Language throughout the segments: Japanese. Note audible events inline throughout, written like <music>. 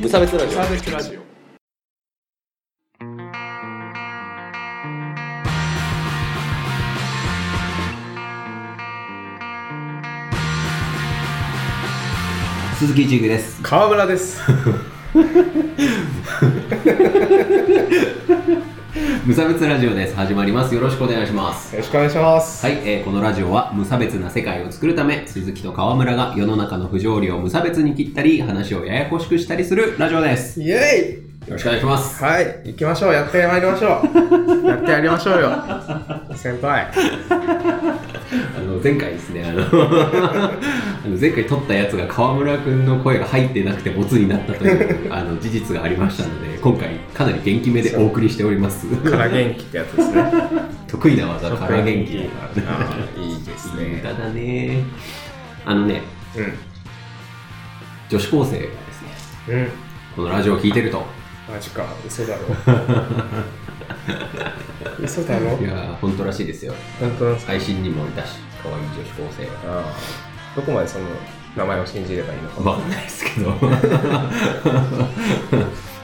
無差別ラジオサーベスラジオ鈴木一グです川村です無差別ラジオです始まりますよろしくお願いしますよろしくお願いしますはい、えーこのラジオは無差別な世界を作るため鈴木と川村が世の中の不条理を無差別に切ったり話をややこしくしたりするラジオですイエイよろしくお願いしますはい行きましょうやってまいりましょ <laughs> うやってやりましょうよ先輩あの前回ですねあの <laughs> あの前回撮ったやつが川村くんの声が入ってなくてボツになったというあの事実がありましたので今回かなり元気めでお送りしておりますから元気ってやつですね <laughs> 得意な技から元気あーいいです無駄ねだねあのねう女子高生がですねんうんこのラジオを聞いてるとマジか嘘 <laughs> だろ嘘だろいやー本当らしいですよ本当なんですか配信にもいたし可愛い女子高生があーどこまでその名前を信じればいいのかわかんないですけど <laughs>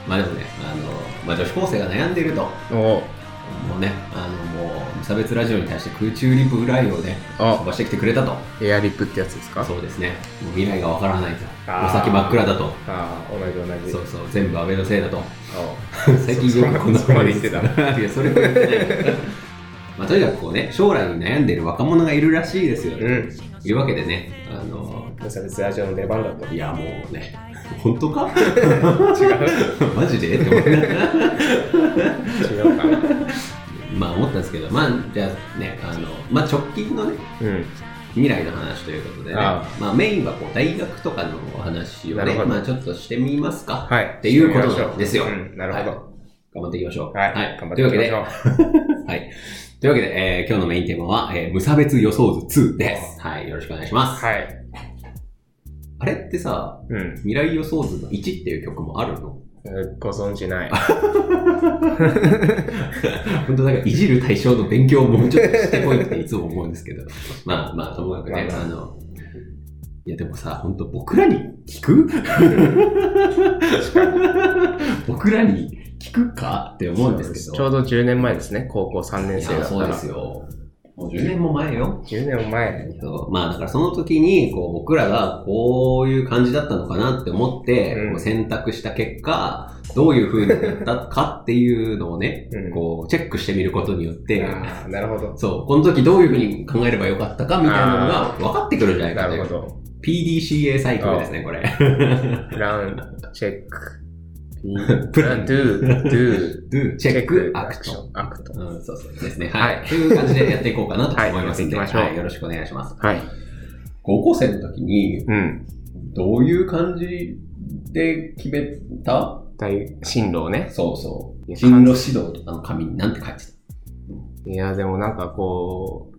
まあでもねあの、まあ、女子高生が悩んでいるとおうもうねあのもう無差別ラジオに対して空中リプライをねあ飛ばしてきてくれたとエアリップってやつですかそうですねもう未来がわからないとあーお先真っ暗だとああ同じ同じそうそう全部安倍のせいだ <laughs> とあ最近よくこのそこまで言ってたいやそれは言ってない <laughs> まあとにかくこうね将来に悩んでる若者がいるらしいですよ、ううんというわけでねあの無差別ラジオの出番だといやもうね <laughs> 本当か違うマジでって思って違うかなまあ思ったんですけどまあじゃあねあの、まあ、直近のねうん未来の話ということでねあまあ、メインはこう大学とかのお話をなるねほどまあ、ちょっとしてみますか、はいっていうことなんですよ、うんなるほどはい頑張っていきましょうはい、頑張っていきましょうはい。というわけで、えー今日のメインテーマは、えー無差別予想図2です。はい。よろしくお願いします。はいあれってさ、うん未来予想図の1っていう曲もあるのえーご存知ない本当なんかいじる対象の勉強をもうちょっとしてこいっていつも思うんですけど。 <laughs> まあまあ、ともかくね、まああの、いやでもさ、本当僕らに聞く <laughs> 僕らに聞くかって思うんですけど。ちょうど10年前ですね高校3年生いだやったそうでらすよ。もう10年も前よ。 10年前そうまあだからその時にこう僕らがこういう感じだったのかなって思ってうんこう選択した結果、どういう風になったかっていうのをね、うんこうチェックしてみることによって、ああなるほどそう、この時どういう風に考えればよかったかみたいなのが分かってくるんじゃないかなといるほう。ど PDCA サイクルですね、これ。 <laughs> プランチェック <laughs> プランドゥドゥ Do、チェック、アクション。ンアクトうん、そうそうですね。はいはい。という感じでやっていこうかなと思いますんで、はいやっていきましょうはいよろしくお願いします。はい高校生の時に、うんどういう感じで決めた大進路をねそうそう。いや進路指導とかの紙になんて書いてたいやでもなんかこう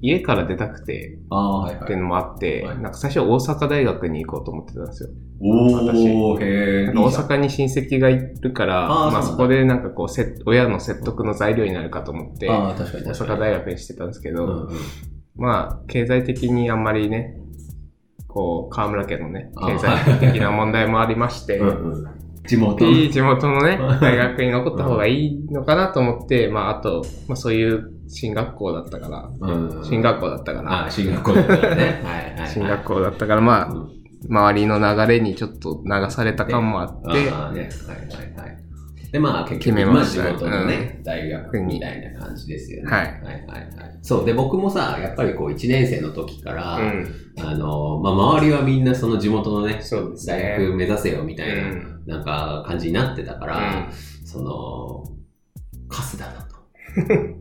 家から出たくてああ、はいっていう。のもあって、はいなんか最初大阪大学に行こうと思ってたんですよおー、へえ。なんか大阪に親戚がいるから、あーまあ、そうなんだそこでなんかこうせっ、親の説得の材料になるかと思って、大ああ、確かに確か阪に。大学にしてたんですけど、うんうんまあ、経済的にあんまりね、こう、河村家のね、あー経済的な問題もありまして、うんうん地元の。、いい地元のね大学に残った方がいいのかなと思って、まあ、あと、まあ、そういう進学校だったから、うん進学校だったかあら、あ、進学校 <laughs> だったね。はいはいはい。進学校だったから、まあ、うん周りの流れにちょっと流された感もあって、ああね。はいはいはい。で、まあ結決局、めままあし仕た事のね、大学みたいな感じですよね。はいはいはいはい。そう、で、僕もさ、やっぱりこう、1年生の時から、うん、あの、まあ周りはみんなその地元のね、そうですね。大学目指せよみたいなうんなんか感じになってたから、うその、カスだなと。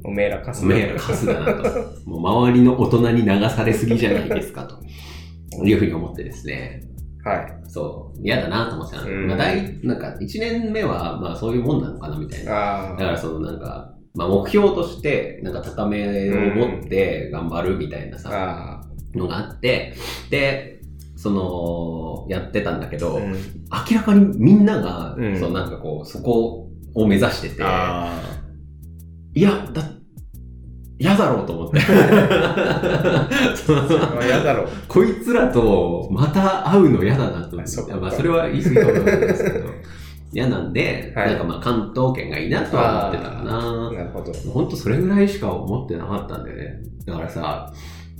おめえらかおめえらカスだなと。もう周りの大人に流されすぎじゃないですかと。いうふうに思ってですね。はそう、嫌だなと思ってたの。うんまあ、大、なんか、1年目は、まあ、そういうもんなのかなみたいい。な。あだから、その、なんか、まあ、目標として、なんか、高めを持って頑張るみたいなさ、あのがあって、で、その、やってたんだけど、ー。明らかにみんなが、うんそうなんかこう、そこを目指してて、あ <laughs> いや、だ、嫌だろうと思って。嫌だろう。こいつらとまた会うの嫌だなと思ってそっかまあ、それは言い過ぎかもしれないです <laughs> けど、嫌なんで、はいなんかまあ関東圏がいいなとは思ってたかな。なるほど。ほんとそれぐらいしか思ってなかったんだよね。だからさ、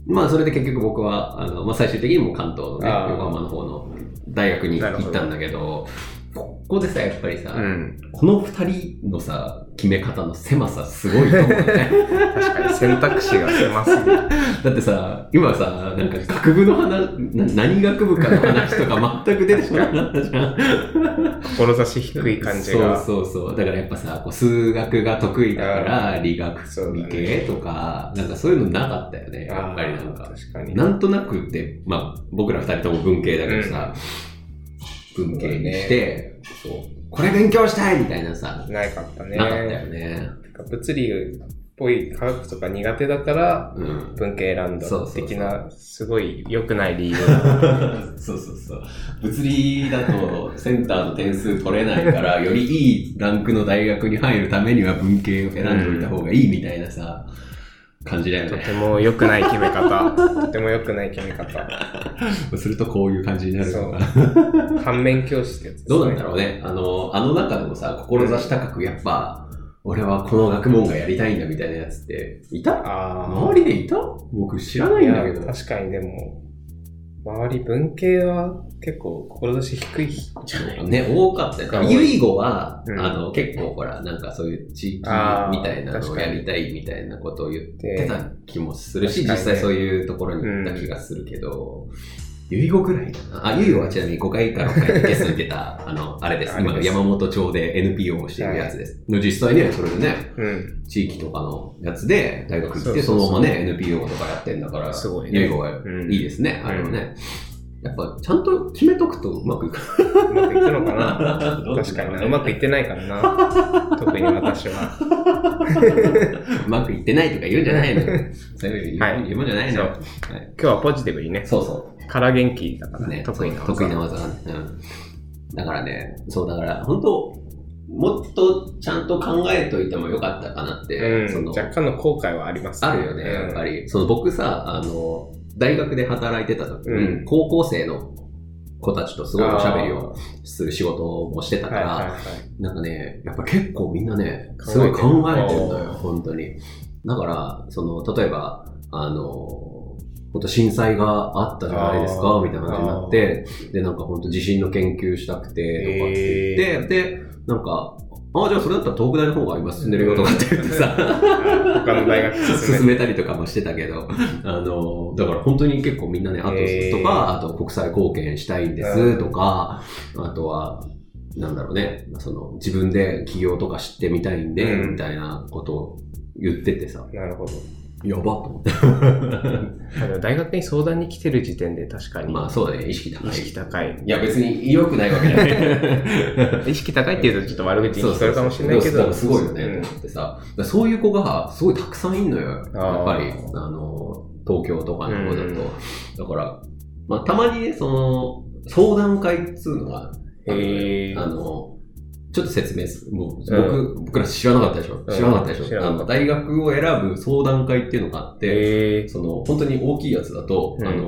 まあそれで結局僕は、あのまあ、最終的にもう関東のね、あー横浜の方の大学になるほ行どったんだけど、ここでさ、やっぱりさ、うん。この二人のさ、決め方の狭さすごいと思うね。確かに選択肢が狭すぎる。だってさ、今さ、なんか学部の話、な何学部かの話とか全く出てこなかったじゃん。志低い感じが。そうそうそう。だからやっぱさ、こう数学が得意だから、理そう学、だ理ね系とか、なんかそういうのなかったよね。やっぱりなんあーか。確かに。なんとなくって、まあ僕ら二人とも文系だけどさ、文系にして、そう、これ勉強したいみたいなさ、ないかったね。なかったよね。なんか物理っぽい科学とか苦手だから、うん。文系選んだそうそうそう的な、すごい良くない理由だ。 <laughs> そうそうそう。物理だとセンターの点数取れない <laughs> から、よりいいランクの大学に入るためには文系を選んでおいた方がいいみたいなさ、感じだよとね。ても良くない決め方。とても良くない決め方。するとこういう感じになるのかな。反面教師ってやつですどうなんだろうね。あの、あの中でもさ、志高くやっぱ、俺はこの学問がやりたいんだみたいなやつって、いたああ。周りでいた僕知らないんだけど。確かにでも、周り文系は結構志低い人じゃないね、多かったがよ。多いゆいごは、うんあの、結構ほら、なんかそういう地域みあーたいなのをやりたいみたいなことを言ってでた気もするし、確か実にね際そういうところに行った気がするけど、ゆいごくらいかな。あ、ゆいごはちなみに5回から6回でゲストに出 <laughs> た、あの、あれです。あれです今の山本町で NPO をしているやつです。の実際ね、それでね、うん。地域とかのやつで大学行って、そそうそそううのままね、NPO とかやってんだから、すごいねゆいごはうんいいですね、あれはね。やっぱ、ちゃんと決めとくとうまくいくうまくいくのか <laughs> な <laughs> 確確かにな。うまくいってないからな。特に私は。 <laughs> うまくいってないとか言うんじゃない <laughs> のよ。そういうは言いう言うもんじゃないのよ。今日はポジティブにね。そうそから元気だからう。ねね。、得意なそう技。得意な技なんだうんだからね、そうだから、本当もっとちゃんと考えといてもよかったかなって、そうん。の若干の後悔はありますあるよね、やっぱ。り。その僕さ、あの、大学で働いてた時に、うん高校生の子たちとすごいおしゃべりをする仕事もしてうたんかはいら、はいはい。なんかね、やっぱ結構みんなね、考えてるすごい考えてるのよ、あー本当に。だから、その、例えば、あの、本当震災があったじゃないですあか、ーみたいな感じになって、で、なんか本当地震の研究したくて、とかって言って、で、なんか、ああ、じゃあそれだったら東北大の方が今進んでるよとかって言ってさ、他の大学進め <laughs> 進めたりとかもしてたけど、あの、だから本当に結構みんなね、あと、へーとか、あと国際貢献したいんですとか、あとは、なんだろうね、その自分で起業とか知ってみたいんで、うんみたいなことを言っててさ、なるほど。やばっと思 <laughs> って。あの大学に相談に来てる時点で確かにまあそうだね、意識高意い。識高い。いや別に良くないわけじゃ <laughs> ない。意識高いって言うとちょっと悪口に聞こえるかもしれないけど。そうそうそうでもすごいようね、んと思ってさ、だからそういう子がすごいたくさんいんのよ、やっあーぱり、あの、東京とかの方だと。うんだから、まあたまにね、その、相談会っつうのがへーあの、ちょっと説明する。もう僕、う僕ら知らなかったでしょうん知らなかったでしょ、知らなあかったの大学を選ぶ相談会っていうのがあって、えその、本当に大きいやつだと、うんあの、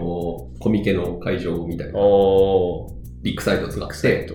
コミケの会場みたいー、な、おー。ビッグサイトを使って、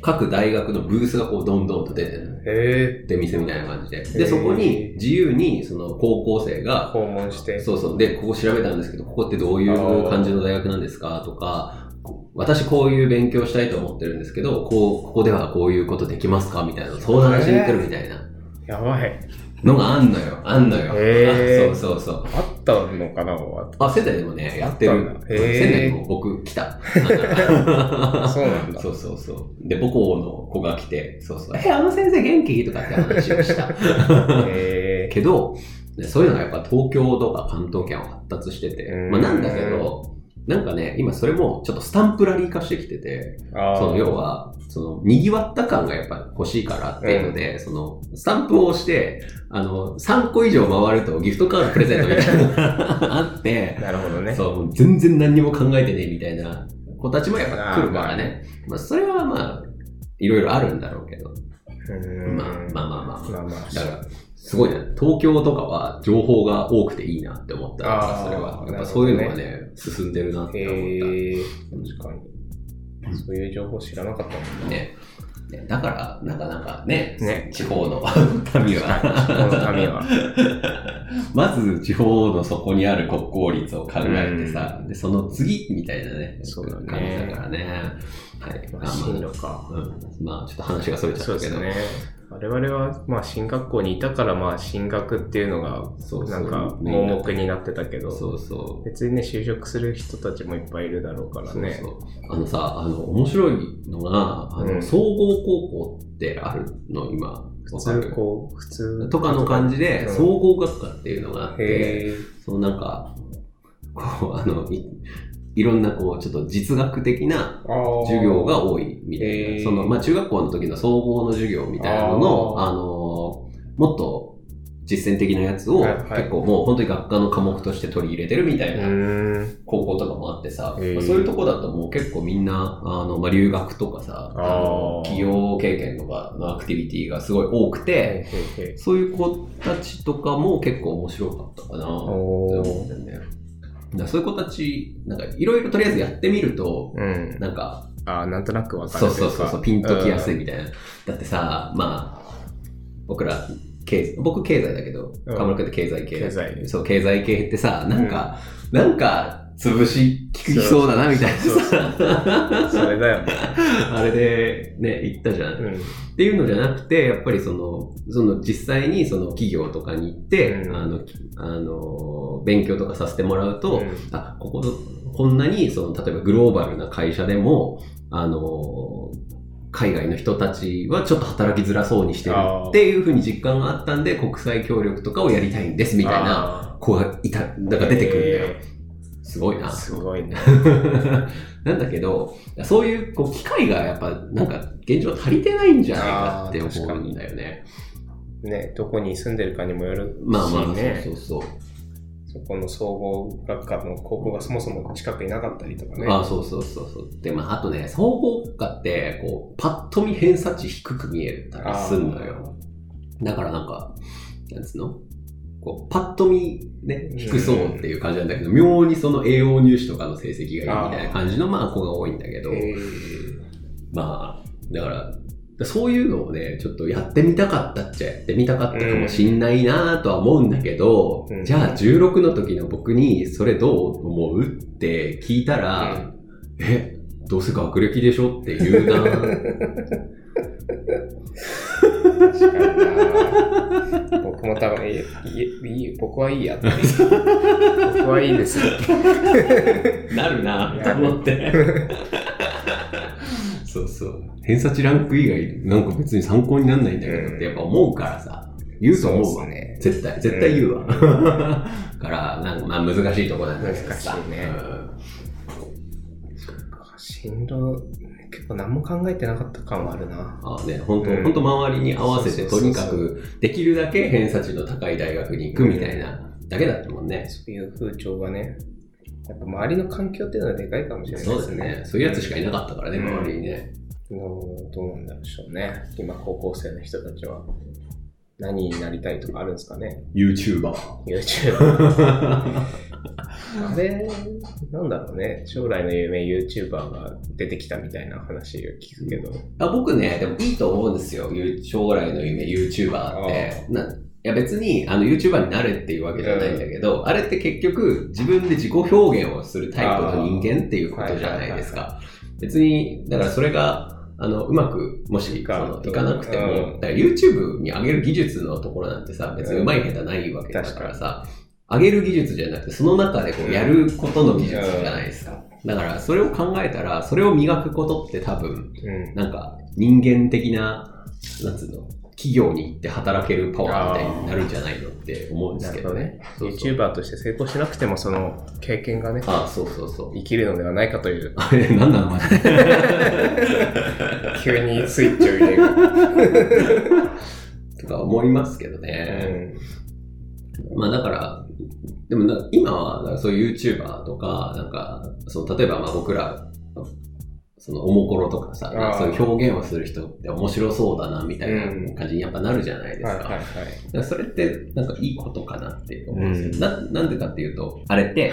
各大学のブースがこう、どんどんと出てるの。へえ出店みたいな感じで。へで、ーそこに自由に、その、高校生が、訪問して。そうそう。で、ここ調べたんですけど、ここってどういう感じの大学なんですかとか、こ私こういう勉強したいと思ってるんですけど、こう、ここではこういうことできますかみたいな、相談しに来るみたいなやばい。のがあんのよ。あんのよ。へーあそうそうそう。あったのかなわあ、仙台でもね、やってあったるん。だへー仙台にも僕来た。 <laughs> あそうなんだ。そうそうそう。で、母校の子が来て、そうそう。 <laughs> え、あの先生元気とかって話をした。へえけど、ねそういうのがやっぱ東京とか関東圏は発達しててう、んまあ、なんだけど、なんかね、今それもちょっとスタンプラリー化してきてて、あーその要は、その賑わった感がやっぱ欲しいからっていうので、そのスタンプを押して、あの、3個以上回るとギフトカードプレゼントみたいなのが <laughs> あって、なるほどね。そう、もう全然何にも考えてねみたいな子たちもやっぱ来るからね。まあ、それはまあ、いろいろあるんだろうけど、うーんまあまあまあまあ。まあまあだから、すごいね。東京とかは情報が多くていいなって思っあた。ーそれは。やなっるほどねぱそういうのがね、進んでるなって思っへえうん確かに。そういう情報知らなかったもた。んね。ね。ねだから、なかなかね、ね地方の <laughs> 民は、この民は。 <laughs> まず地方のそこにある国公立を考えてさ、でその次みたいなね、そうだね感じだからね。はい。まああ、進路か。まあうん、まあ、ちょっと話がそれちゃそっうたでけすど。ね。我々は、まあ、進学校にいたから、まあ、進学っていうのが、そうそうなんか、盲目になってたけど、そうそう。別にね、就職する人たちもいっぱいいるだろうからね。そうそうあのさ、あの、面白いのが、あの、うん総合高校ってあるの、今、わか普通るこう、普通とかの感じで、うん総合学科っていうのがあって、へえ。そのなんか、こう、あの、いいろんな、こう、ちょっと実学的な授授業が多いみたいな、へーその、まあ、中学校の時の総合の授業みたいなのの、あーあの、もっと、実践的なやつをはい結はい構もう本当に学科の科目として取り入れてるみたういなーん。高校とかもあってさ、へーまあそういうとこだともう結構みんな、あの、まあ、留学とかさ、あーあの企業経験とかのアクティビティがすごい多くて、へーへーへーそういう子たちとかも結構面白かったかなってお思ってー。んだよ。だからそういう子たち、なんかいろいろとりあえずやってみると、うん。なんか、あーなんとなくわかるそうといそうかそうそう、ピンときやすいみたいな。だってさ、まあ、僕ら、経僕経済だけど、うん河村君って経済系経済そう、経済系ってさ、なんか、なんか、潰し効きそうだな、みたいなそうそうさ。それだよね。あれで、ね、行ったじゃん。うん。っていうのじゃなくて、やっぱりその、その実際にその企業とかに行って、うんあの、あの、勉強とかさせてもらうと、うんあ、ここ、こんなに、その、例えばグローバルな会社でも、あの、海外の人たちはちょっと働きづらそうにしてるあーっていうふうに実感があったんで、国際協力とかをやりたいんですみたいなな。子がいた、なんか出てくるんだよ。へすごいーな。すごいね。 <laughs> なんだけど、そういうこう機会がやっぱなんか現状足りてないんじゃないかってあー思確かうんにだよね。ね、どこに住んでるかにもよるし、ね、まあまあ、そうそうそう。そこの総合学科の高校がそもそも近くになかったりとかね。あーそうそうそうそう。で、まああとね、総合国家ってこう、パッと見偏差値低く見えたりすんのよ。だからなんか、なんつうのこうパッと見ね、低そうっていう感じなんだけど、妙にその栄養入試とかの成績がいいみたいな感じのまあ子が多いんだけあど、へまあ、だから、そういうのをね、ちょっとやってみたかったっちゃやってみたかったかもしんないなとは思うんだけど、うんじゃあ16の時の僕にそれどう思うって聞いたら、ーうんえ、どうせ学歴でしょって言うな確かにな <laughs> 僕も多分、えいえいい僕はいいやって。僕はいい <laughs> です。 <laughs> なるなと思って。 <laughs> そうそう。偏差値ランク以外、なんか別に参考にならないんだけどってやっぱ思うからさ、言うと思うわそ。ね。絶対、絶対言うわ。から、なんかまあ難しいとこなんだけどさ。難しいねうん進路、結構何も考えてなかった感はあるな。あのね、本当、うん本当周りに合わせて、そうそうとそにうそかうく、できるだけ偏差値の高い大学に行くみたいな、だけだったもんね。そういう風潮がね、やっぱ周りの環境っていうのはでかいかもしれないそうでですすね。ね。そういうやつしかいなかったからね、うん周りにね。どうどうなんでしょうね。今、高校生の人たちは何になりたいとかあるんですかね YouTuber。 <laughs> ?YouTube。あれ、なんだろうね。将来の夢 YouTuber が出てきたみたいな話を聞くけど。あ僕ね、でもいいと思うんですよ。ゆ将来の夢 YouTuber って。ないや別にあの YouTuber になれっていうわけじゃないんだけど、あれって結局自分で自己表現をするタイプの人間っていうことじゃないですか。別に、だからそれが、あの、うまく、もし、いそかんのいかなくても、うんだから YouTube に上げる技術のところなんてさ、別にうまい下手ないわけだからさ、上げる技術じゃなくて、その中でこうやることの技術じゃないですか。だから、それを考えたら、それを磨くことって多分、うん。なんか人間的な、なんつうの、企業に行って働けるパワーみたいになるんじゃないのって思うんですけどね。そうそう YouTuber として成功しなくても、その経験がね、あそうそうそう。 <laughs> 生きるのではないかという、あれ、なんなのマジで。急にスイッチを入 <laughs> れる。とか思いますけどね。まあだから、でもな今は、だからそういう YouTuber とか、なんか、その例えばまあ僕ら、そのおもころとかさ、なんかあそうーいう表現をする人って面白そうだなみたいなうん感じにやっぱなるじゃないですか。はいはいはい。だからそれってなんかいいことかなって思うんですけど、ななんでかっていうと、あれって、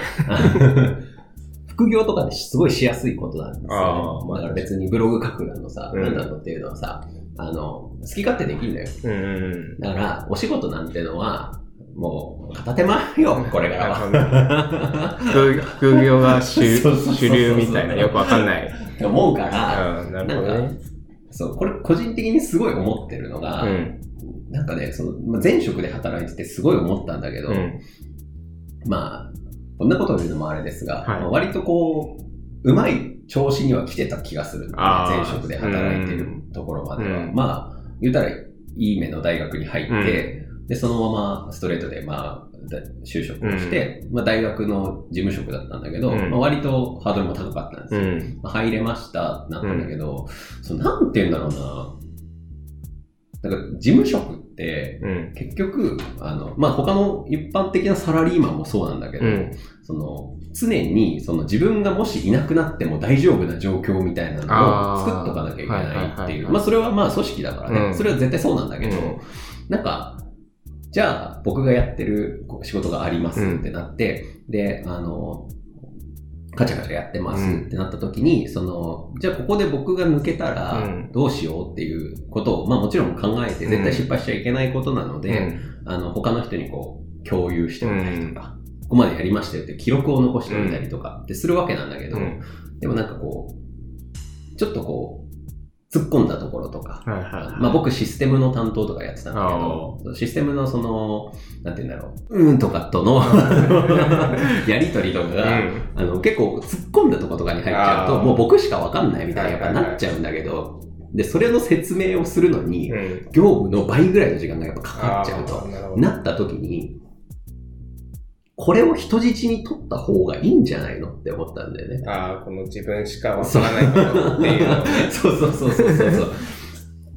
<laughs> 副業とかですごいしやすいことなんですあよーね。まあだから別にブログ書くなのさ、うんなんだのっていうのはさ、あの、好き勝手できんだよ。うん。だから、お仕事なんてのは、もう、片手間よ、これからあ <laughs> は。の副副業が主 <laughs> そうそうそうそう主流みたいな、よくわかんない。って思うから、うん、ななるんほかどね。、そう、これ個人的にすごい思ってるのが、うん。なんかね、その、まあ前職で働いててすごい思ったんだけど、うん。まあ、こんなことを言うのもあれですが、はいまあ割とこう、うまい調子には来てた気がする。あー前職で働いてるところまでは。うんまあ、言うたら、いい目の大学に入って、で、そのままストレートで、まあ、だ就職をして、まあ、大学の事務職だったんだけど、うんまあ、割とハードルも高かったんですうよ。ん。まあ入れましたってなったんだけど、そのなんて言うんだろうな。なんか、事務職って、うん。結局、あの、まあ、他の一般的なサラリーマンもそうなんだけど、うんその、常に、その自分がもしいなくなっても大丈夫な状況みたいなのあをー作っとかなきゃいけないっはいはて。いはいいうはいまあ、それはまあ、組織だからね。うんそれは絶対そうなんだけど、うんなんか、じゃあ、僕がやってる仕事がありますってなって、で、あの、カチャカチャやってますってなった時に、その、じゃあここで僕が抜けたらうん、どうしようっていうことを、まあもちろん考えて、絶対失敗しちゃいけないことなので、あの、他の人にこう、共有してみたりとか、ここまでやりましたよって記録を残してみたりとかってするわけなんだけど、うんでもなんかこう、ちょっとこう、突っ込んだところとか、はいはいはい。まあ僕システムの担当とかやってたんだけど、システムのその、なんて言うんだろう、うーんとかと <laughs> のやりとりとかが、うんあの結構突っ込んだとことかに入っちゃうと、あーもう僕しかわかんないみたいなやっぱはいはいはいなっちゃうんだけど、で、それの説明をするのに、うん。業務の倍ぐらいの時間がやっぱかかっちゃうとあ。ーなるほど。なった時に、これを人質に取った方がいいんじゃないのって思ったんだ <laughs> よね。ああ、この自分しかわからないことっていうのをね。そうそうそうそうそうそう。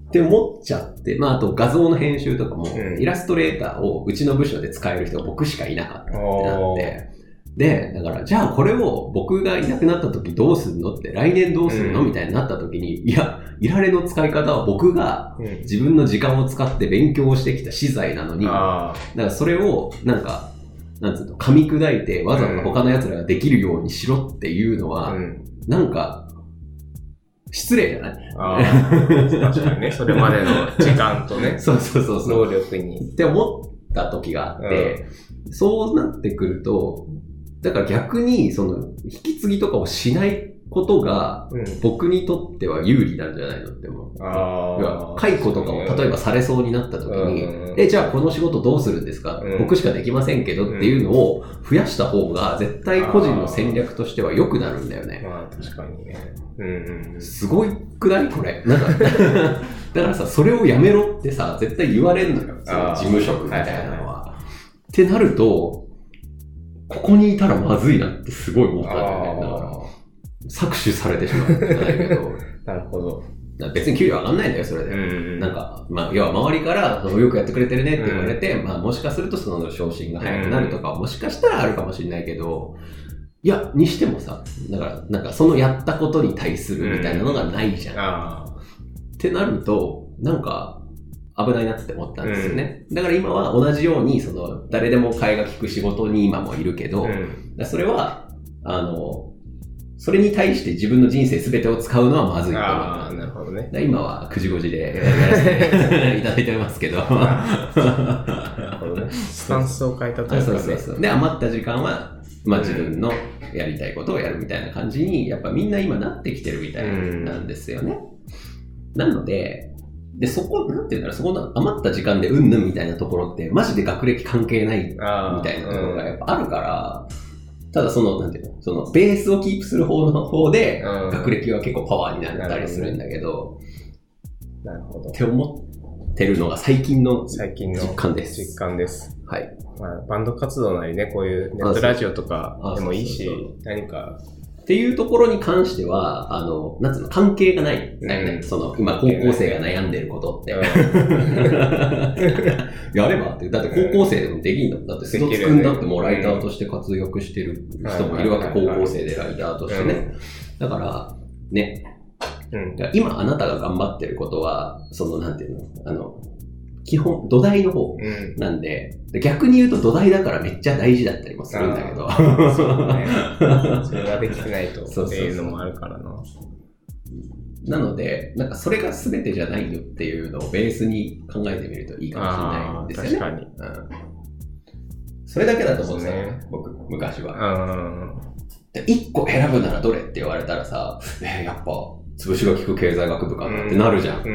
って思っちゃって、まああと画像の編集とかも、うんイラストレーターをうちの部署で使える人が僕しかいなかったってなっおーて、で、だから、じゃあこれを僕がいなくなった時どうすんのって、来年どうすんのうんみたいになった時に、いや、いられの使い方は僕がうん自分の時間を使って勉強してきた資材なのに、あだからそれを、なんか、なんつうの、噛み砕いて、わざわざ他の奴らができるようにしろっていうのあ。は、うん。なんか、失礼じゃないあー確かにね、それまでの時間とね、そうそうそうそう。能力に。って思った時があって、そうなってくると、だから逆に、その、引き継ぎとかをしないことが、うん。僕にとっては有利なんじゃないのって思う。要あはあ。解雇とかを例えばされそうになった時に、うんえ、じゃあこの仕事どうするんですか、うん僕しかできませんけどっていうのを増やした方が絶対個人の戦略としては良くなるんだよね。まあ確かにね。うんうんうん。すごいくないこれ。 <laughs> なんかだからさ、それをやめろってさ、絶対言われんのよ。そのあー事務職みたいなのは。ってなると、ここにいたらまずいなってすごい思ったんだよね。だから、搾取されてしまうんじゃない <laughs> けど、あーなるほど。だから別に給料上がんないんだよ、それで。んなんか、まあ、要は周りから、そのよくやってくれてるねって言われて、まあ、もしかするとその昇進が早くなるとか、もしかしたらあるかもしれないけど、いや、にしてもさ、だから、なんかそのやったことに対するみたいなのがないじゃん。っあてなると、なんか、危ないなって思ったんですよね。だから今は同じように、その、誰でも替えが利く仕事に今もいるけあ。ど、ん。だからそれは、あの、それに対して自分の人生全てを使うのはまずいと思ったああ、なるほど <laughs> ね。だから今は9時5時でやらせてい <laughs> ただいておりま <laughs> すけど。なるほどね。スタンスを変えたとあいうかそね。うそうそう。で、余った時間は、まあ自分のやりたいことをやるみたいな感じに、やっぱみんな今なってきてるみたいなんですよね。なので、で、そこ、なんていうんだろう、そこの余った時間でうんぬんみたいなところって、マジで学歴関係ないみああ。たいなところがやっぱあるから、ただその、なんていうの、そのベースをキープする方の方で、うん学歴は結構パワーになったりするんだけど、うんなるほどっ。て思ってるのが最近の最近の実感です。実感です。はい。まあ、バンド活動なりね、こういうネットラジオとかでもいいしあそうそう、何か、っていうところに関しては、あの、なんつうの、関係がないんだよね。うんその、今、高校生が悩んでること <laughs> って。やればって。だって高校生でもできんの。だって、でスきるドよねツくんだってもうライターとして活躍してる人もいるわけ。うん高校生でライターとしてうね。だから、ね、うんだから今あなたが頑張ってることは、その、なんていうの、あの、基本、土台の方うん。なんで、で逆に言うと土台だからめっちゃ大事だったりもするんだけど。そうね。 <laughs> それができてないとっていうのもあるからな。 <laughs> なので、なんかそれが全てじゃないよっていうのをベースに考えてみるといいかもしれないあんあ、です確よね。かに。うん、それだけだと思ってたよね、僕、昔は。うん。で1個選ぶならどれって言われたらさ、えーやっぱ、潰しが効く経済学部かなってなるじゃん。うんう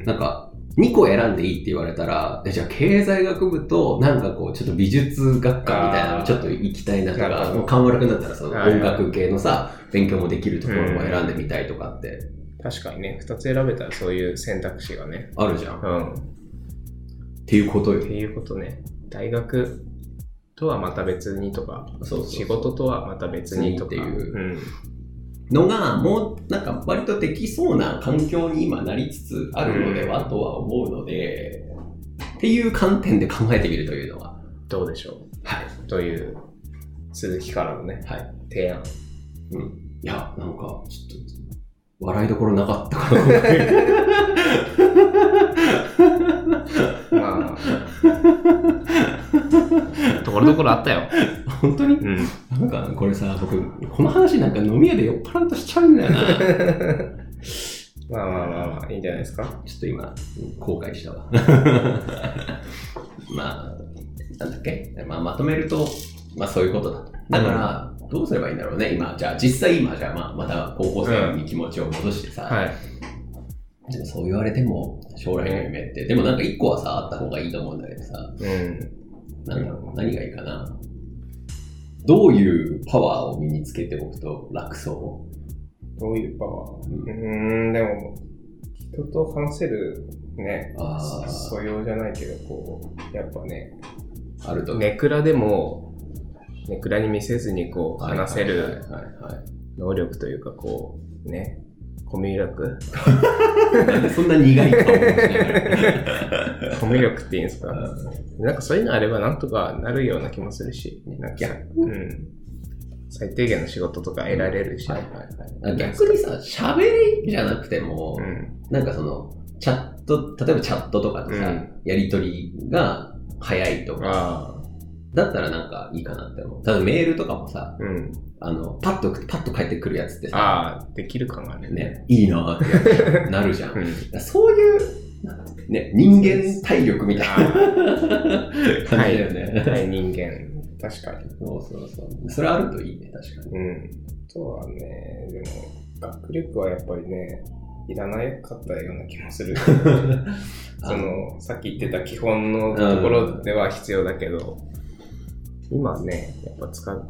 んなんか、2個選んでいいって言われたら、えじゃあ経済学部と、なんかこう、ちょっと美術学科みたいなあのーちょっと行きたいなとなるか、ほどもう緩和楽になったらそのはいはい音楽系のさ、勉強もできるところも選んでみたいとかってうん。確かにね、二つ選べたらそういう選択肢がね。あるじゃん。っうん。っていうことよて。いうことね。大学とはまた別にとか、そうそう仕事とはまた別にとか。別にっていううん。のが、もうなんか割とできそうな環境に今なりつつあるのではとは思うので、っていう観点で考えてみるというのは、どうでしょはい。うという、鈴木からのね、はい。提 <laughs> 案。いや、なんか、ちょっと、笑いどころなかったから、 <laughs> 今回まあ。ところどころあったよ。本当にうん。なんか、これさ、僕、この話なんか飲み屋で酔っ払うとしちゃうんだよな。 <laughs> まあまあまあまあ、いいんじゃないですか。ちょっと今、後悔したわ。 <laughs> まあ、なんだっけ、まあ、まとめると、まあそういうことだと。だから、どうすればいいんだろうね、今。じゃあ、実際今、じゃあ、まあ、また高校生に気持ちを戻してさ、はい。でもそう言われても、将来の夢って、でもなんか一個はさ、あった方がいいと思うんだけどさ、うん。なんだろう、何がいいかな。どういうパワーを身につけておくと楽そどういうパワーう、うんうーん、でも、人と話せるね、あー素養じゃないけど、こう、やっぱね、あるとネクラでも、ネクラに見せずにこう、話せはいるはいはいはい能力というか、こう、ね、コミュ <laughs> 力なんでそんな苦い顔をしながらコミュ力っていうんですか。なんかそういうのあればなんとかなるような気もするし、なんかさ、うん。最低限の仕事とか得られるし。はいはいはい、 <laughs> 逆にさ、喋りじゃなくても、うん。なんかその、チャット、例えばチャットとかでさ、うんやりとりが早いとか、ああ。だったらなんかいいかなって思う。ただメールとかもさ、うん。あの、パッと送って、パッと返ってくるやつってさ、ああ、できる感があるね。ね、いいなーってなるじゃん。 <laughs> だうん。からそういう、なんかね、人間体力みたいな <laughs> 感じだよね。対人間。確かに。 <laughs> そうそうそう。それあるといいね、確 <laughs> かに。うん。あとはね、でも、学力はやっぱりね、いらないかったような気もする。その、さっき言ってた基本のところでは必要だけど、今ね、やっぱ使う。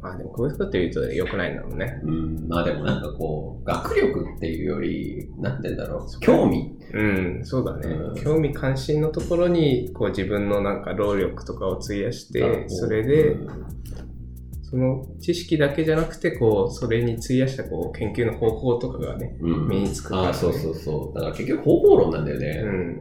まあでも、こういうことって言うと良くないんだろうね。うん、まあでもなんかこう、学力っていうより、なんて言うんだろう、興味。うん、そうだね。うん興味関心のところに、こう自分のなんか労力とかを費やして、それでう、んその知識だけじゃなくて、こう、それに費やしたこう研究の方法とかがね、うん身につくから、ね。あそうそうそう。だから結局方法論なんだようね。ん。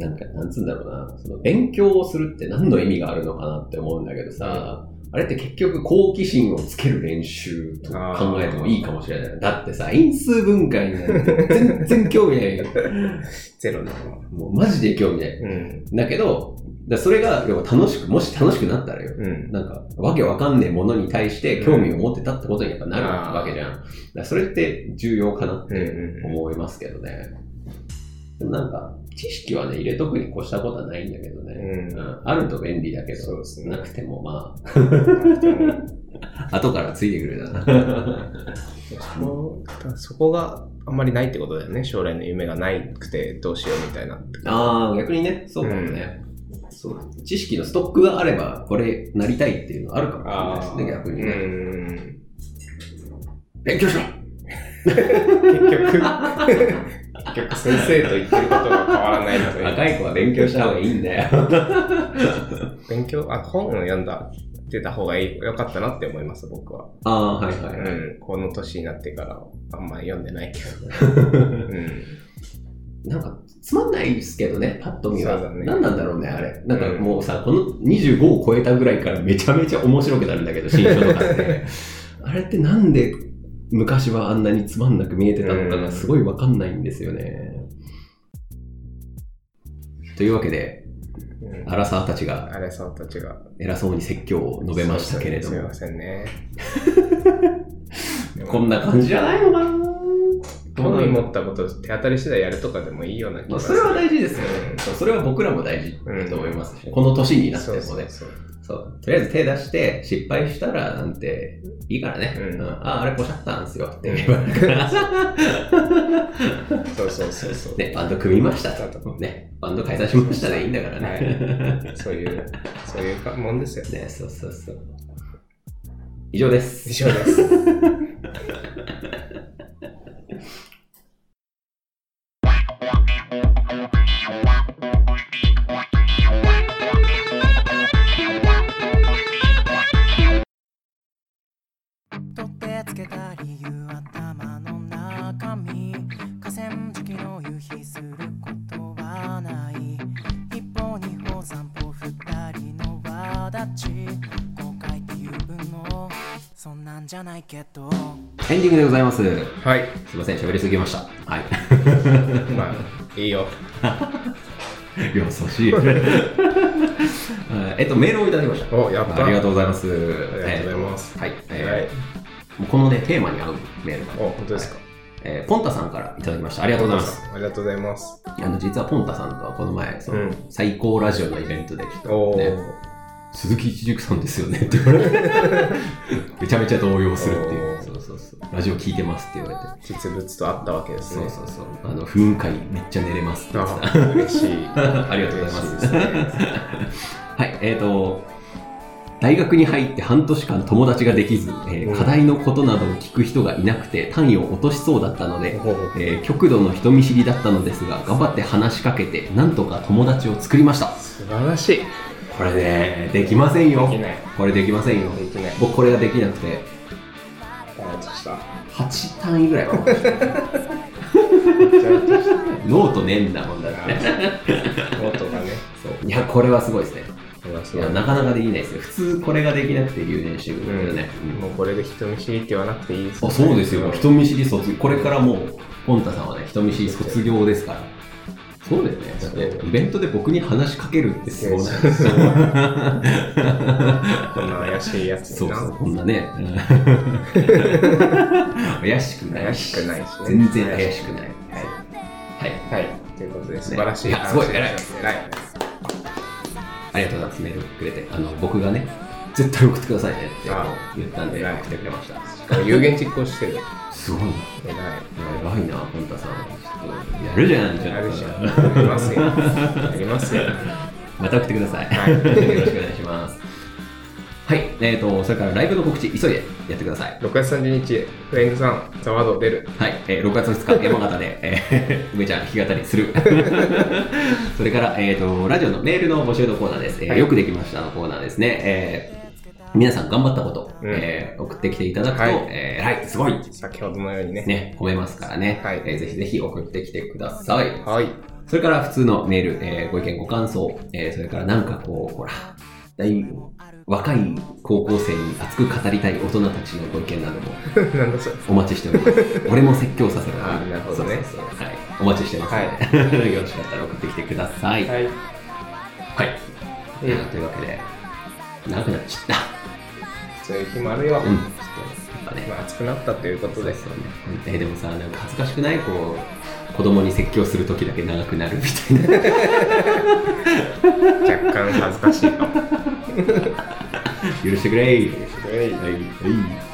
なんか、なんつうんだろうな。その勉強をするって何の意味があるのかなって思うんだけどさ、あれって結局好奇心をつける練習とあー考えてもいいかもしれない。だってさ、因数分解なんて全然興味ないよ。ゼロだな。もうマジで興味ない。うん。だけど、だからそれがでも楽しく、もし楽しくなったらよ。うん。なんか、わけわかんねえものに対して興味を持ってたってことにやっぱなるわけじゃん。だからそれって重要かなっうんて思いますけどね。でもなんか、知識はね、入れとくに越したことはないんだけどうね。ん。ううん。ん、あると便利だけそうど、ですなね。くてもまそあ、後からついてくるだな。 <laughs> こそこがあんまりないってことだよね。将来の夢がないくてどうしようみたいな。ああ、逆にね、そうかもね。そう知識のストックがあれば、これなりたいっていうのあるかもしれないですね、逆にね。うん。勉強しろ結局、結局先生と言ってることが変わらないので、若い子は勉強した方がいいんだよ。勉強、あ、本を読んだ、出た方がいい、良かったなって思います、僕は。ああ、はいはいはうい。ん、この年になってからあんま読んでないけど。うん。なんか、つまんないですけどね、パッと見は。そうだね何なんだろうね、あれ。なんかうんもうさ、この25 <laughs> を超えたぐらいからめちゃめちゃ面白くなるんだけど、新書とかって。あれってなんで昔はあんなにつまんなく見えてたのうがんすごいわかんないんですよね。というわけで、うんアラサーたちがアレさんたちが偉そうに説教を述べましたけれどすみもま、せん <laughs> ねでもこんな感じじゃないのかなどう興な味んだ持ったこと手当たり次第やるとかでもいいような気まがあすそる、れは大事ですようねん。そうそれは僕らも大事だと思いますし、この年になってもね。そうそうそうそう。とりあえず手出して、失敗したらなんて、いいからね。うんうんあ、あれポシャったんですよって言えばいいから。そうそうそうそう <laughs> ね、バンド組みましたそうと。ね、バンド解散しましたでいいんだからね。そういうそういうかもんですよねね、そうそうそう。以上です以。上です取ってつけた理由頭の中身河川敷の夕日することはない一歩二歩三歩二人の輪立ち後悔っていうのそんなんじゃないけどエンディングでございます。すはいいません、喋りすぎました。はい。 <laughs> まあいいよ優しい。 <laughs> えっと、メールをいただきました。おやったありがとうございます。ありがとうございますはい。はいえーこのね、テーマに合うメールがお本当ですかえーポンタさんからいただきました。ありがとうございます。ありがとうございますあの、実はポンタさんとはこの前、その、うん最高ラジオのイベントで、ちょおっお、とね、鈴木一軸さんですよねって言わ <laughs> れて、めちゃめちゃ動揺するっていおう、ーそうそうそう、ラジオ聞いてますって言われて、実物とあったわけですそねうそうそう、あの、不雲海めっちゃ寝れますって言ってた。あ嬉しい <laughs> ありがとうございます嬉しです <laughs> ねはい、えっ、と、大学に入って半年間友達ができず、えーうん課題のことなどを聞く人がいなくて単位を落としそうだったので、ほうほうえー極度の人見知りだったのですが頑張って話しかけてなんとか友達を作りました素晴らしいでこれねできませんよきないこれできませんよできない僕これができなくてダメとした8単位ぐらい <laughs> は落ちめたちゃめちゃしたノートねえんだもんだってノートがねそういやこれはすごいですねこれはすごいいやなかなかできないですよ普通これができなくて留年してくるんだよね、うんもうこれで人見知りって言わなくていいですあそうですよ、人見知り卒業、これからもう、ポンタさんはね、人見知り卒業ですから。そうだよね、だってイベントで僕に話しかけるってすごい。そうそうこんな怪しいやつそにうなそう、こんな <laughs> ね。怪しくない。怪しくないしね全然怪しくない。はいはい。はいということで素晴らしいいやすごい偉い偉いありがとうございます、メールくれて。あの、僕がね、絶対送ってくださいねってあ言ったんで、偉い送ってくれました。しかも有言実行してるすごいな。偉いやばいな、ポンタさん。ちょっと、やるじゃん、ちょっと。あるじゃん。ありますよ。ありますよ。また送ってください。はいよろしくお願いします。はい、えーと、それからライブの告知、急いでやってください。 6月30日、フレンズさん、ザワード出る。はい、えー6月2日、山形で、えー <laughs> 梅ちゃん弾き語りする。それから、えーと、ラジオのメールの募集のコーナーです。えーはいよくできましたのコーナーですね。えー皆さん頑張ったこと、うんえー送ってきていただくと、はいえー偉い、すごい先ほどのようにね。ね、褒めますからね、はいえーぜひぜひ送ってきてください。はい。 <laughs> それから普通のメール、えーご意見、ご感想、えーそれからなんかこう、ほら、大若い高校生に熱く語りたい大人たちのご意見などもなんだそれ。お待ちしております。俺も説教させろ。あーなるほどねそうそうそうはい。お待ちしてますので、 <laughs> よろしかったら送ってきてください。はい。い。とういんうわけで、長くなっちゃっそういう日もあるよた。。うん。ちょっと、やっぱね。まあ、暑くなったということで。よね。えーでもさ、なんか恥ずかしくないこう、子供に説教するときだけ長くなるみたいな。 <laughs> 若干恥ずかしいかも。許してくれはいはい。はい